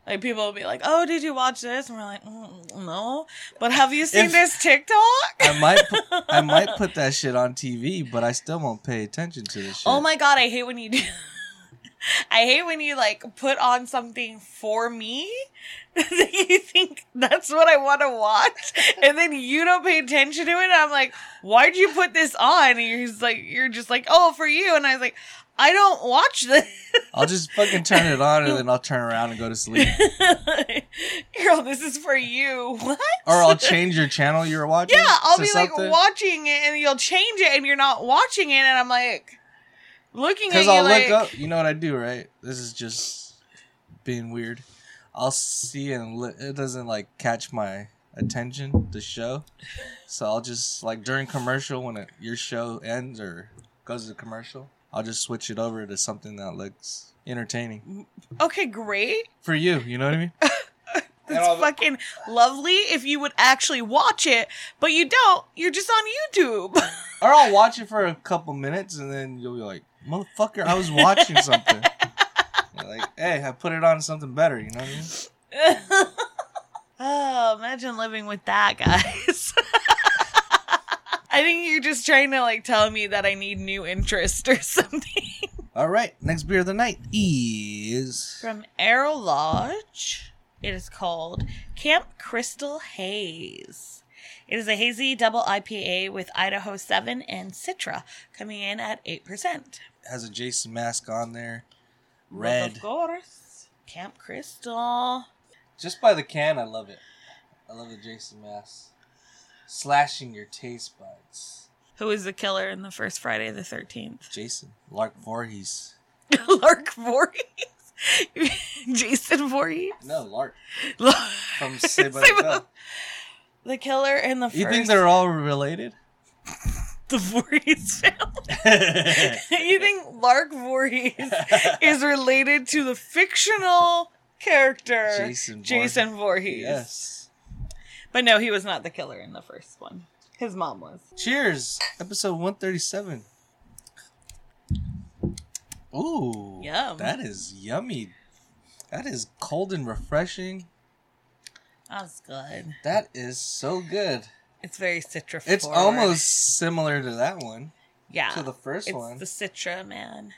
Speaker 2: Like people will be like, "Oh, did you watch this?" And we're like, mm, "No," but have you seen
Speaker 1: If-
Speaker 2: this TikTok?
Speaker 1: I might, pu- I might put that shit on TV, but I still won't pay attention to this shit.
Speaker 2: Oh my god, I hate when you do. I hate when you like put on something for me that you think that's what I want to watch, and then you don't pay attention to it. And I'm like, "Why'd you put this on?" And you're just like, "You're just like, oh, for you." And I was like, "I don't watch this."
Speaker 1: I'll just fucking turn it on and then I'll turn around and go to sleep,
Speaker 2: Girl, this is for you. What?
Speaker 1: or I'll change your channel you're watching.
Speaker 2: Yeah, I'll
Speaker 1: to
Speaker 2: be
Speaker 1: something.
Speaker 2: like watching it, and you'll change it, and you're not watching it, and I'm like looking at
Speaker 1: Because
Speaker 2: you
Speaker 1: I'll
Speaker 2: like,
Speaker 1: look up. You know what I do, right? This is just being weird. I'll see and li- it doesn't like catch my attention. The show, so I'll just like during commercial when it, your show ends or goes to commercial, I'll just switch it over to something that looks entertaining
Speaker 2: okay, great.
Speaker 1: for you. You know what I mean? And
Speaker 2: It's
Speaker 1: all the-
Speaker 2: fucking lovely if you would actually watch it, but you don't. You're just on YouTube.
Speaker 1: Or I'll watch it for a couple minutes and then you'll be like, motherfucker, I was watching something. You're like, hey, I put it on something better, you know what I mean?
Speaker 2: oh, imagine living with that, guys. I think you're just trying to like tell me that I need new interest or something.
Speaker 1: All right, next beer of the night is.
Speaker 2: From Arrow Lodge, it is called Camp Crystal Haze. It is a hazy double IPA with Idaho 7 and Citra coming in at 8%.
Speaker 1: Has a Jason mask on there.
Speaker 2: But
Speaker 1: Red.
Speaker 2: Of course. Camp Crystal.
Speaker 1: Just by the can, I love it. I love the Jason mask. Slashing your taste buds.
Speaker 2: Who is the killer in the first Friday the 13th?
Speaker 1: Jason. Lark Voorhees.
Speaker 2: Lark Voorhees? Jason Voorhees?
Speaker 1: No, Lark.
Speaker 2: Lark-
Speaker 1: From Saved by
Speaker 2: Saved
Speaker 1: the
Speaker 2: by
Speaker 1: Bell.
Speaker 2: The killer in the first.
Speaker 1: You think they're all related?
Speaker 2: the Voorhees family? you think Lark Voorhees is related to the fictional character
Speaker 1: Jason
Speaker 2: Jason Voorhees.
Speaker 1: yes.
Speaker 2: But no, he was not the killer in the first one. His mom was.
Speaker 1: Cheers. Episode 137. Ooh.
Speaker 2: Yum.
Speaker 1: That is yummy. That is cold and refreshing.
Speaker 2: That was good.
Speaker 1: That is so good.
Speaker 2: It's very citra.
Speaker 1: It's
Speaker 2: forward.
Speaker 1: almost similar to that one.
Speaker 2: yeah.
Speaker 1: to the first
Speaker 2: it's
Speaker 1: one.
Speaker 2: the citra man.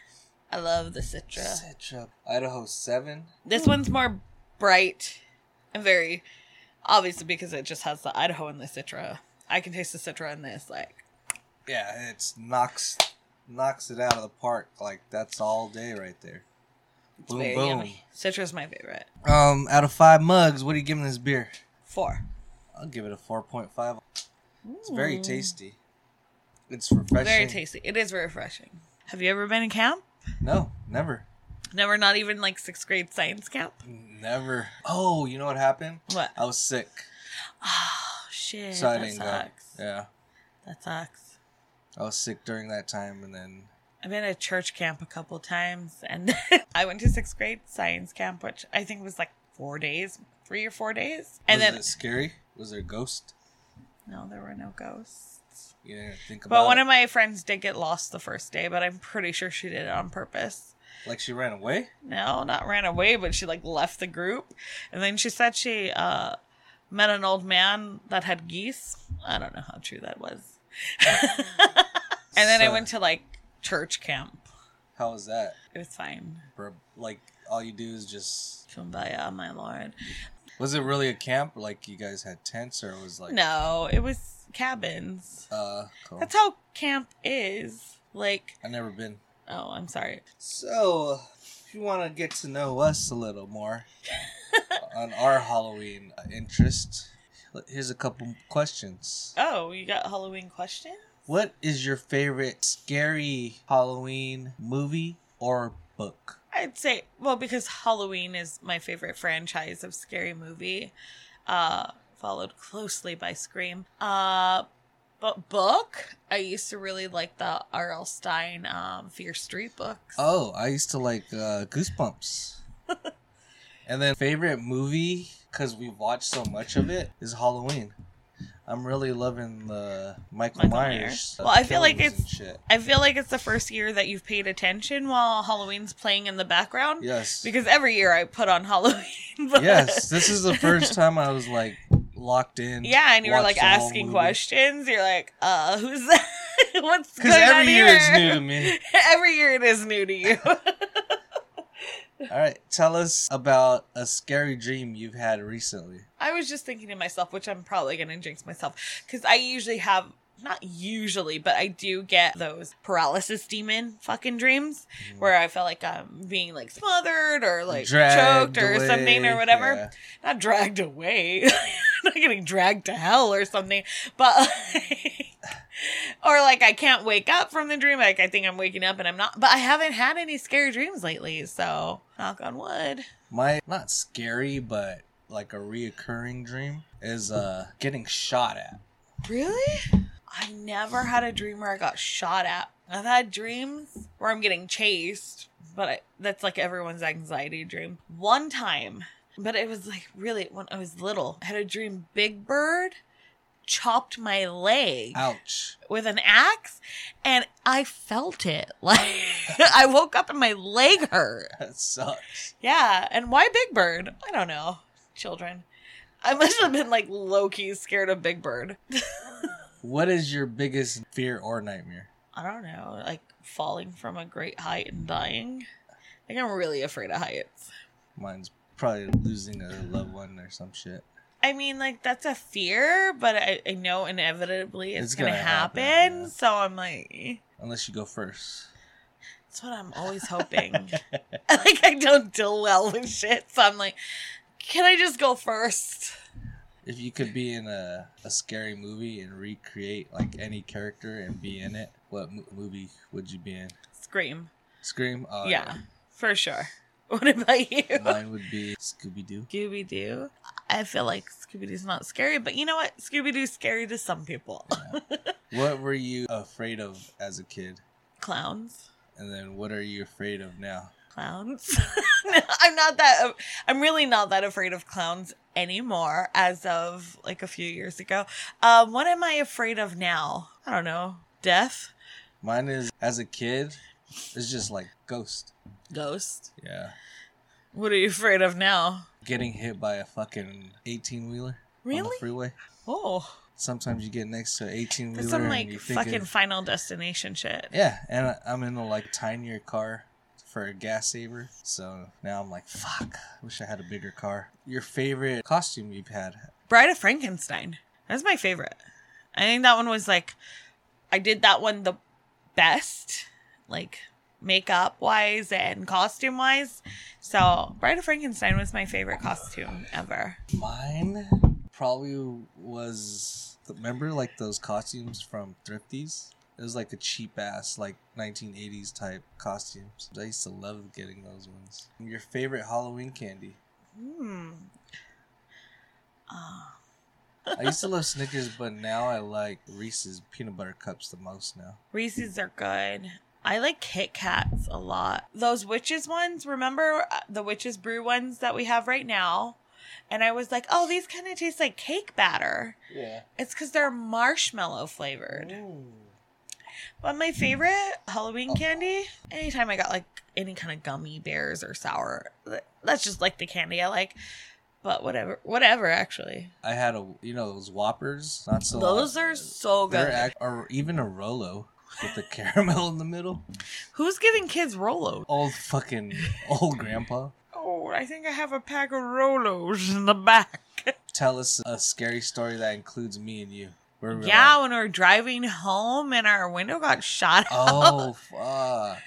Speaker 2: I love the citra.
Speaker 1: Citra. Idaho 7.
Speaker 2: This one's more bright and very obviously because it just has the Idaho and the citra. I can taste the citra in this. Like
Speaker 1: Yeah, it's knocks knocks it out of the park. Like that's all day right there.
Speaker 2: it's very yummy. Citra's my favorite.
Speaker 1: Um, out of five mugs, what are you giving this beer?
Speaker 2: Four.
Speaker 1: I'll give it a four point five. It's very tasty. It's refreshing.
Speaker 2: Mm. Very tasty. It is very refreshing. Have you ever been in camp?
Speaker 1: No, never,
Speaker 2: Never, not even like sixth grade science camp.
Speaker 1: never. Oh, you know what happened?
Speaker 2: What?
Speaker 1: I was sick,
Speaker 2: Oh shit!
Speaker 1: so I
Speaker 2: that
Speaker 1: didn't
Speaker 2: sucks.
Speaker 1: go. Yeah,
Speaker 2: That sucks.
Speaker 1: I was sick during that time, and then
Speaker 2: I've been at church camp a couple times, and I went to sixth grade science camp, which I think was like four days, three or four days, and
Speaker 1: was
Speaker 2: then
Speaker 1: it scary? Was there a ghost?
Speaker 2: no, there were no ghosts.
Speaker 1: You didn't think about.
Speaker 2: But one
Speaker 1: it.
Speaker 2: of my friends did get lost the first day, but I'm pretty sure she did it on purpose.
Speaker 1: like she ran away.
Speaker 2: no, not ran away, but she like left the group. And then she said she uh, met an old man that had geese. I don't know how true that was. and then I
Speaker 1: So-
Speaker 2: went to like church camp.
Speaker 1: How was that?
Speaker 2: It was fine.
Speaker 1: Bro, Like all you do is just.
Speaker 2: Kumbaya, my lord.
Speaker 1: Was it really a camp? Like you guys had tents, or it was like
Speaker 2: No, it was cabins.
Speaker 1: Uh, cool.
Speaker 2: That's how camp is. Like,
Speaker 1: I've never been.
Speaker 2: oh, I'm sorry.
Speaker 1: So, if you want to get to know us a little more on our Halloween interest, here's a couple questions.
Speaker 2: Oh, you got Halloween questions?
Speaker 1: What is your favorite scary Halloween movie or book?
Speaker 2: I'd say well because Halloween is my favorite franchise of scary movie, uh, followed closely by Scream. Uh, but book I used to really like the R.L. Stein um, Fear Street books.
Speaker 1: Oh, I used to like uh, Goosebumps. and then favorite movie because we watched so much of it is Halloween. I'm really loving the Michael,
Speaker 2: Michael
Speaker 1: Myers.
Speaker 2: Myers.
Speaker 1: uh,
Speaker 2: Well, I feel like
Speaker 1: killings
Speaker 2: it's-
Speaker 1: and shit.
Speaker 2: I feel like it's the first year that you've paid attention while Halloween's playing in the background
Speaker 1: yes
Speaker 2: because every year I put on Halloween. but-
Speaker 1: yes, this is the first time I was like locked in.
Speaker 2: Yeah, and you were
Speaker 1: watched
Speaker 2: like
Speaker 1: the whole
Speaker 2: asking
Speaker 1: movie.
Speaker 2: questions. You're like, uh, who's that? What's going
Speaker 1: Because
Speaker 2: on
Speaker 1: every year
Speaker 2: here?
Speaker 1: it's new to me.
Speaker 2: every year it is new to you.
Speaker 1: All right, tell us about a scary dream you've had recently.
Speaker 2: I was just thinking to myself, which I'm probably going to jinx myself, because I usually have, not usually, but I do get those paralysis demon fucking dreams
Speaker 1: Mm-hmm.
Speaker 2: where I feel like I'm being like smothered or like
Speaker 1: Dragged
Speaker 2: choked or something
Speaker 1: away,
Speaker 2: or whatever.
Speaker 1: yeah.
Speaker 2: Not dragged away, not getting dragged to hell or something, but like, or like I can't wake up from the dream. Like I think I'm waking up and I'm not, but I haven't had any scary dreams lately. So knock on wood.
Speaker 1: My not scary, but like a reoccurring dream is uh getting shot at.
Speaker 2: Really? I never had a dream where I got shot at. I've had dreams where I'm getting chased, but I, that's like everyone's anxiety dream. One time, But it was like really when I was little, I had a dream Big Bird chopped my leg
Speaker 1: Ouch.
Speaker 2: with an axe and I felt it. Like I woke up and my leg hurt.
Speaker 1: That sucks.
Speaker 2: Yeah, and why Big Bird? I don't know. Children. I must have been like low key scared of Big Bird.
Speaker 1: What is your biggest fear or nightmare?
Speaker 2: I don't know, like falling from a great height and dying. Like I'm really afraid of heights.
Speaker 1: Mine's probably losing a loved one or some shit.
Speaker 2: I mean, like that's a fear, but I, I know inevitably it's,
Speaker 1: It's
Speaker 2: gonna,
Speaker 1: gonna
Speaker 2: happen.
Speaker 1: happen, yeah.
Speaker 2: So I'm like, eh.
Speaker 1: Unless you go first.
Speaker 2: that's what I'm always hoping. like I don't deal well with shit, so I'm like, can I just go first?
Speaker 1: If you could be in a, a scary movie and recreate like any character and be in it, what mo- movie would you be in?
Speaker 2: Scream.
Speaker 1: Scream? Oh,
Speaker 2: yeah, for sure. What about you?
Speaker 1: Mine would be Scooby Doo.
Speaker 2: Scooby Doo. I feel like Scooby Doo's not scary, but you know what? Scooby Doo's scary to some people.
Speaker 1: What were you afraid of as a kid?
Speaker 2: Clowns.
Speaker 1: And then what are you afraid of now?
Speaker 2: Clowns. No, I'm not that. I'm really not that afraid of clowns anymore. As of like a few years ago, um, what am I afraid of now? I don't know. Death,
Speaker 1: Mine is as a kid, it's just like ghost.
Speaker 2: ghost.
Speaker 1: Yeah.
Speaker 2: What are you afraid of now?
Speaker 1: Getting hit by a fucking 18 wheeler on the
Speaker 2: Really?
Speaker 1: freeway.
Speaker 2: Oh,
Speaker 1: Sometimes you get next to an 18 wheeler.
Speaker 2: that's some
Speaker 1: and
Speaker 2: like
Speaker 1: you
Speaker 2: fucking
Speaker 1: thinking,
Speaker 2: Final Destination shit.
Speaker 1: Yeah, and I- I'm in a like tinier car for a gas saver. So now I'm like, fuck, I wish I had a bigger car. Your favorite costume you've had?
Speaker 2: Bride of Frankenstein. That's my favorite. I think that one was like, I did that one the best, like makeup wise and costume wise. So, Bride of Frankenstein was my favorite costume ever.
Speaker 1: Mine probably was remember like those costumes from Thrifties? It was like a cheap ass like 1980s type costumes. I used to love getting those ones. Your favorite Halloween candy?
Speaker 2: Hmm. Ah.
Speaker 1: I used to love Snickers, but now I like Reese's peanut butter cups the most now.
Speaker 2: Reese's are good. I like Kit Kats a lot. Those witches ones, remember uh, the witches brew ones that we have right now? And I was like, oh, these kind of taste like cake batter.
Speaker 1: Yeah.
Speaker 2: It's because they're marshmallow flavored. But my favorite
Speaker 1: Oh.
Speaker 2: Halloween candy, anytime I got like any kind of gummy bears or sour, th- that's just like the candy I like. But whatever, whatever, actually.
Speaker 1: I had a you know those Whoppers, not so
Speaker 2: Those are so good.
Speaker 1: they're act- or even a Rolo with the caramel in the middle.
Speaker 2: Who's giving kids Rolos?
Speaker 1: Old fucking old grandpa.
Speaker 2: Oh, I think I have a pack of Rolos in the back.
Speaker 1: Tell us a scary story that includes me and you. Where we were
Speaker 2: Yeah,
Speaker 1: like,
Speaker 2: when we were driving home and our window got shot out.
Speaker 1: oh fuck.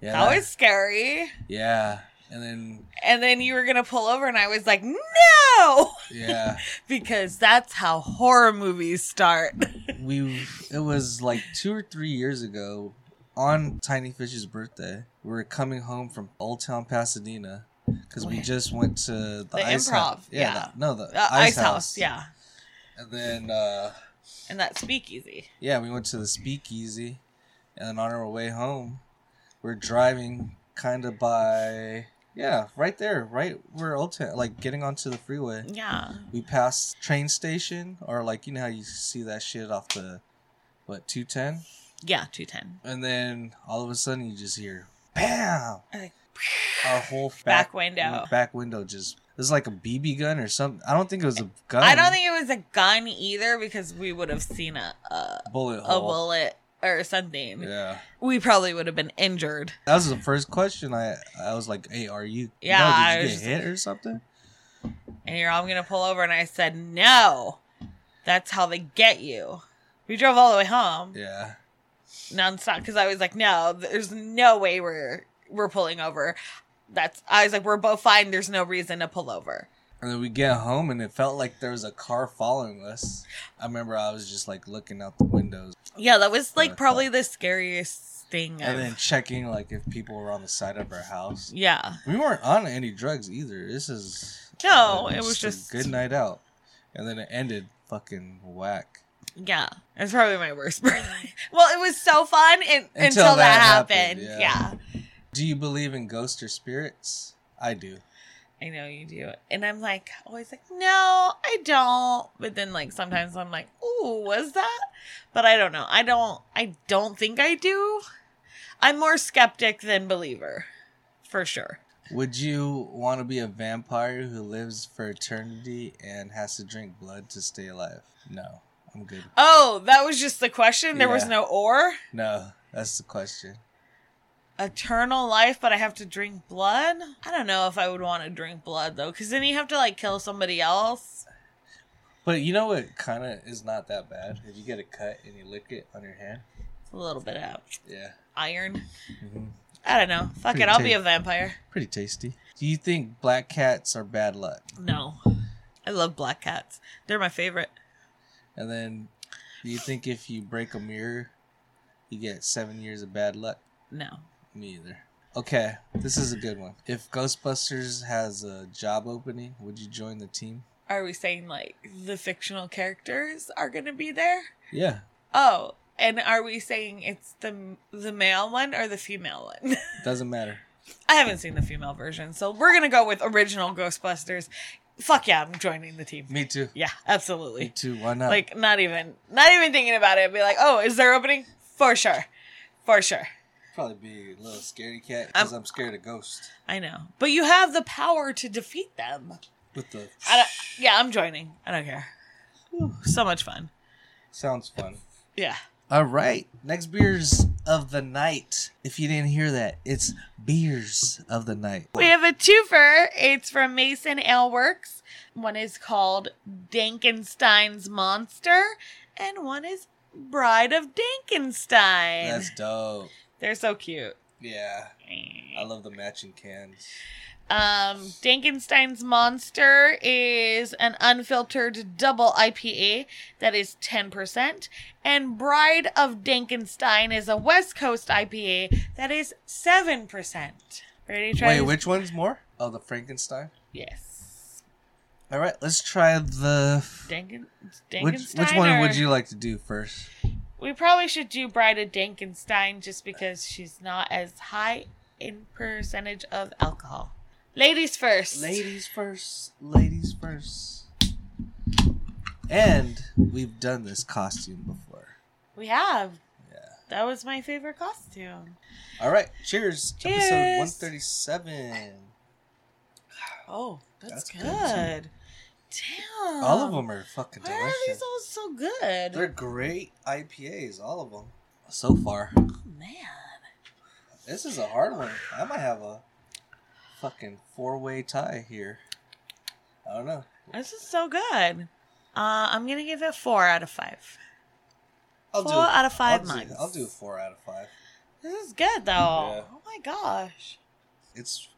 Speaker 1: Yeah.
Speaker 2: That was scary.
Speaker 1: yeah. And then
Speaker 2: And then you were going to pull over, and I was like, no!
Speaker 1: yeah,
Speaker 2: Because that's how horror movies start. Uh,
Speaker 1: we it was like two or three years ago on Tiny Fish's birthday. We were coming home from Old Town Pasadena because we
Speaker 2: Wait.
Speaker 1: just went to the,
Speaker 2: The
Speaker 1: ice
Speaker 2: improv,
Speaker 1: house.
Speaker 2: yeah.
Speaker 1: the- no, the
Speaker 2: Uh, ice house, yeah.
Speaker 1: And then uh
Speaker 2: and that speakeasy.
Speaker 1: yeah, we went to the speakeasy and then on our way home, we're driving kind of by yeah, right there, right where Old Town, like getting onto the freeway.
Speaker 2: Yeah.
Speaker 1: We passed train station or like you know how you see that shit off the what 210
Speaker 2: Yeah, 210.
Speaker 1: and then all of a sudden you just hear bam
Speaker 2: Like,
Speaker 1: our whole
Speaker 2: Back window.
Speaker 1: back window just it was like a BB gun or something. I don't think it was a gun.
Speaker 2: I don't think it was a gun either because we would have seen a a,
Speaker 1: bullet
Speaker 2: a
Speaker 1: hole.
Speaker 2: bullet or something.
Speaker 1: Yeah.
Speaker 2: We probably would have been injured.
Speaker 1: That was the first question. I I was like, "Hey, are you?
Speaker 2: Yeah,
Speaker 1: no,
Speaker 2: I
Speaker 1: did you
Speaker 2: was
Speaker 1: get
Speaker 2: just-
Speaker 1: hit or something?"
Speaker 2: And your mom gonna pull over and I said, No. That's how they get you. We drove all the way home
Speaker 1: Yeah,
Speaker 2: nonstop because I was like, No, there's no way we're we're pulling over. That's I was like, We're both fine, there's no reason to pull over.
Speaker 1: and then we get home, and it felt like there was a car following us. I remember I was just like looking out the windows
Speaker 2: Yeah, that was like
Speaker 1: That's
Speaker 2: probably the scariest thing
Speaker 1: and
Speaker 2: I've-
Speaker 1: then checking like if people were on the side of our house.
Speaker 2: Yeah.
Speaker 1: We weren't on any drugs either. This is
Speaker 2: No, it was just-
Speaker 1: a good night out, and then it ended fucking whack.
Speaker 2: Yeah, it's probably my worst birthday. well, it was so fun in, until, that, happened. Yeah.
Speaker 1: Do you believe in ghosts or spirits? I do.
Speaker 2: I know you do. And I'm like, always like, no, I don't. But then like sometimes I'm like, ooh, was that? But I don't know. I don't I don't think I do. I'm more skeptic than believer. For sure.
Speaker 1: Would you want to be a vampire who lives for eternity and has to drink blood to stay alive? No, I'm good.
Speaker 2: Oh, that was just the question. There was
Speaker 1: Yeah.
Speaker 2: no or.
Speaker 1: No, that's the question.
Speaker 2: Eternal life, but I have to drink blood? I don't know if I would want to drink blood though, because then you have to like kill somebody else.
Speaker 1: But you know what? Kind of is not that bad. If you get a cut and you lick it on your hand,
Speaker 2: It's a little bit of
Speaker 1: yeah,
Speaker 2: iron.
Speaker 1: hmm
Speaker 2: I don't know. Fuck it,
Speaker 1: Pretty
Speaker 2: I'll be
Speaker 1: tasty.
Speaker 2: a vampire.
Speaker 1: pretty tasty. Do you think black cats are bad luck?
Speaker 2: No. I love black cats. They're my favorite.
Speaker 1: And then, do you think if you break a mirror, you get seven years of bad luck?
Speaker 2: No.
Speaker 1: Me either. Okay, this is a good one. If Ghostbusters has a job opening, would you join the team?
Speaker 2: Are we saying like the fictional characters are going to be there?
Speaker 1: Yeah,
Speaker 2: Oh, and are we saying it's the the male one or the female one?
Speaker 1: doesn't matter.
Speaker 2: I haven't seen the female version, so we're going to go with original Ghostbusters. Fuck yeah, I'm joining the team.
Speaker 1: Me too.
Speaker 2: Yeah,
Speaker 1: Me
Speaker 2: absolutely.
Speaker 1: too. Why not?
Speaker 2: Like not even not even thinking about it. Be like, "Oh, is there opening?" For sure. For sure.
Speaker 1: probably be a little scaredy cat because I'm scared of ghosts.
Speaker 2: I know. But you have the power to defeat them.
Speaker 1: With the
Speaker 2: I don't, yeah, I'm joining. I don't care. Whew, so much fun.
Speaker 1: sounds fun.
Speaker 2: Yeah.
Speaker 1: All right, next beers of the night. If you didn't hear that, it's beers of the night.
Speaker 2: We have a twofer. It's from Mason Ale Works. One is called Dankenstein's Monster, and one is Bride of Dankenstein.
Speaker 1: That's dope.
Speaker 2: They're so cute.
Speaker 1: Yeah, I love the matching cans.
Speaker 2: Um, Dankenstein's Monster is an unfiltered double IPA that is 10%. And Bride of Dankenstein is a West Coast IPA that is 7%. Ready to try
Speaker 1: Wait,
Speaker 2: this?
Speaker 1: which one's more? Oh, the Frankenstein.
Speaker 2: Yes.
Speaker 1: All right, let's try the.
Speaker 2: Danken-
Speaker 1: Which,
Speaker 2: Dankenstein.
Speaker 1: which one
Speaker 2: or-
Speaker 1: would you like to do first?
Speaker 2: We probably should do Bride of Dankenstein just because she's not as high in percentage of alcohol. Ladies first.
Speaker 1: Ladies first. Ladies first. And we've done this costume before.
Speaker 2: We have.
Speaker 1: Yeah.
Speaker 2: That was my favorite costume.
Speaker 1: All right, cheers.
Speaker 2: Cheers.
Speaker 1: Episode 137.
Speaker 2: Oh, that's,
Speaker 1: That's
Speaker 2: good.
Speaker 1: good,
Speaker 2: Damn.
Speaker 1: all of them are fucking
Speaker 2: Why are these
Speaker 1: delicious.
Speaker 2: all so good?
Speaker 1: They're great IPAs, all of them. So far,
Speaker 2: oh, man.
Speaker 1: this is a hard one. I might have a fucking four-way tie here. I don't know.
Speaker 2: This is so good. Uh, I'm going to give it four out of five.
Speaker 1: I'll
Speaker 2: Four out of five
Speaker 1: I'll
Speaker 2: months.
Speaker 1: Do, I'll do a four out of five.
Speaker 2: This is good, though.
Speaker 1: Yeah.
Speaker 2: Oh, my gosh.
Speaker 1: It's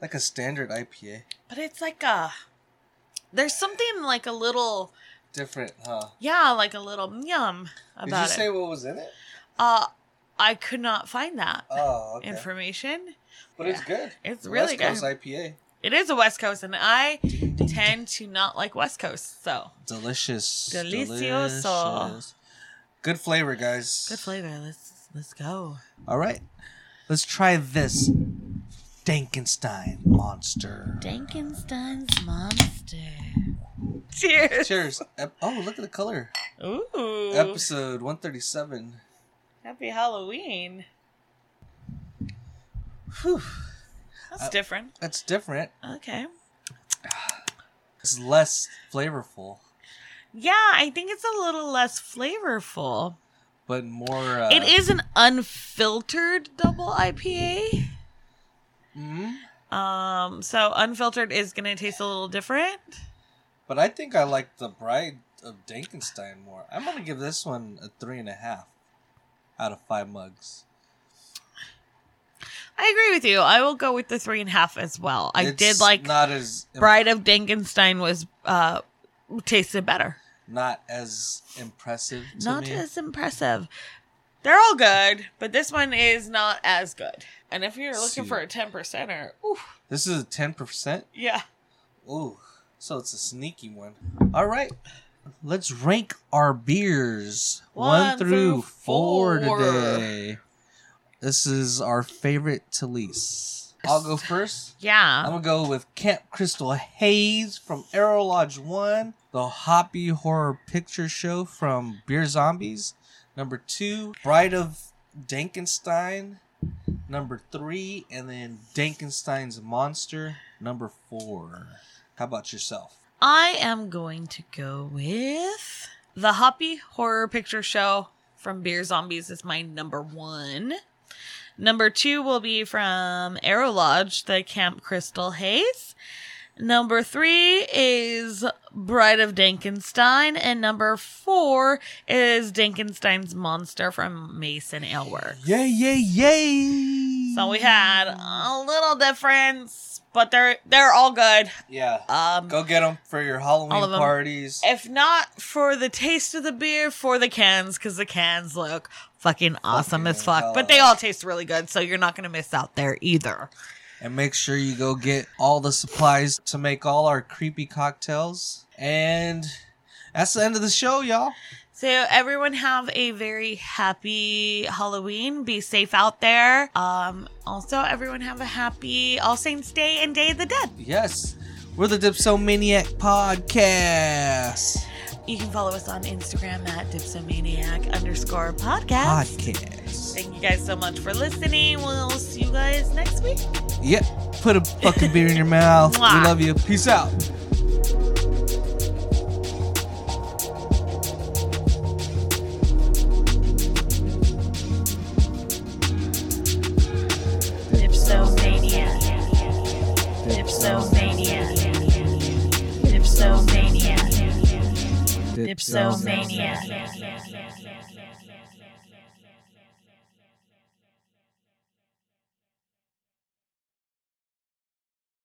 Speaker 1: like a standard IPA.
Speaker 2: But it's like a. There's something like a little.
Speaker 1: Different, huh?
Speaker 2: Yeah, like a little yum
Speaker 1: Did
Speaker 2: about
Speaker 1: you
Speaker 2: it.
Speaker 1: say what was in it?
Speaker 2: uh, I could not find that
Speaker 1: Oh, okay.
Speaker 2: information.
Speaker 1: but it's good.
Speaker 2: It's
Speaker 1: The
Speaker 2: really
Speaker 1: West Coast
Speaker 2: good.
Speaker 1: IPA.
Speaker 2: It is a West Coast, and I tend to not like West Coast, so
Speaker 1: Delicious.
Speaker 2: Delicioso.
Speaker 1: Delicious. Good flavor, guys.
Speaker 2: good flavor. Let's let's go.
Speaker 1: All right. Let's try this Dankenstein monster.
Speaker 2: Dankenstein's monster. Cheers.
Speaker 1: Cheers. Ep- Oh, look at the color.
Speaker 2: Ooh.
Speaker 1: Episode 137.
Speaker 2: Happy Halloween.
Speaker 1: Whew.
Speaker 2: That's
Speaker 1: Uh,
Speaker 2: different.
Speaker 1: That's different.
Speaker 2: Okay.
Speaker 1: It's less flavorful,
Speaker 2: Yeah, I think it's a little less flavorful.
Speaker 1: but more. Uh,
Speaker 2: it is an unfiltered double IPA.
Speaker 1: mm,
Speaker 2: Um, so unfiltered is gonna taste a little different.
Speaker 1: but I think I like the Bride of Dankenstein more. I'm going to give this one a three and a half out of five mugs.
Speaker 2: I agree with you. I will go with the three and a half as well. I did
Speaker 1: It's
Speaker 2: like
Speaker 1: Not as.
Speaker 2: Bride of Dankenstein was uh tasted better.
Speaker 1: Not as impressive to
Speaker 2: not
Speaker 1: me.
Speaker 2: as impressive. They're all good, but this one is not as good. And if you're looking
Speaker 1: See.
Speaker 2: for a ten percenter, ooh,
Speaker 1: This is a 10%.
Speaker 2: yeah.
Speaker 1: Ooh, so it's a sneaky one. All right, let's rank our beers one,
Speaker 2: One
Speaker 1: through,
Speaker 2: through
Speaker 1: four,
Speaker 2: four.
Speaker 1: today. This is our favorite to least. I'll go first. I'm
Speaker 2: Yeah.
Speaker 1: gonna go with Camp Crystal Haze from Arrow Lodge One, the Hoppy Horror Picture Show from Beer Zombies, number two, Bride of Dankenstein, number three, and then Dankenstein's Monster, number four. How about yourself?
Speaker 2: I am going to go with The Hoppy Horror Picture Show from Beer Zombies is my number one. Number two will be from Arrow Lodge, the Camp Crystal Haze. Number three is Bride of Dankenstein. And number four is Dankenstein's Monster from Mason Aleworks.
Speaker 1: Yay! Yay! Yay!
Speaker 2: So we had a little difference, but they're they're all good.
Speaker 1: yeah.
Speaker 2: Um,
Speaker 1: Go get them for your
Speaker 2: All of
Speaker 1: Halloween
Speaker 2: 'em.
Speaker 1: parties.
Speaker 2: if not for the taste of the beer, for the cans, because the cans look fucking awesome
Speaker 1: Fucking
Speaker 2: as fuck. But they all taste really good, so you're not gonna miss out there either.
Speaker 1: And make sure you go get all the supplies to make all our creepy cocktails. And that's the end of the show, y'all.
Speaker 2: So everyone have a very happy Halloween. Be safe out there. Um, also everyone have a happy All Saints Day and Day of the Dead.
Speaker 1: Yes, we're the Dipsomaniac Podcast.
Speaker 2: You can follow us on Instagram at dipsomaniac underscore podcast.
Speaker 1: Podcast.
Speaker 2: Thank you guys so much for listening. We'll see you guys next week.
Speaker 1: Yep, put a fucking beer in your mouth. We
Speaker 2: Mwah.
Speaker 1: love you. Peace out.
Speaker 3: Dipsomania. Dipsomania. Dipsomania. Dipsomania.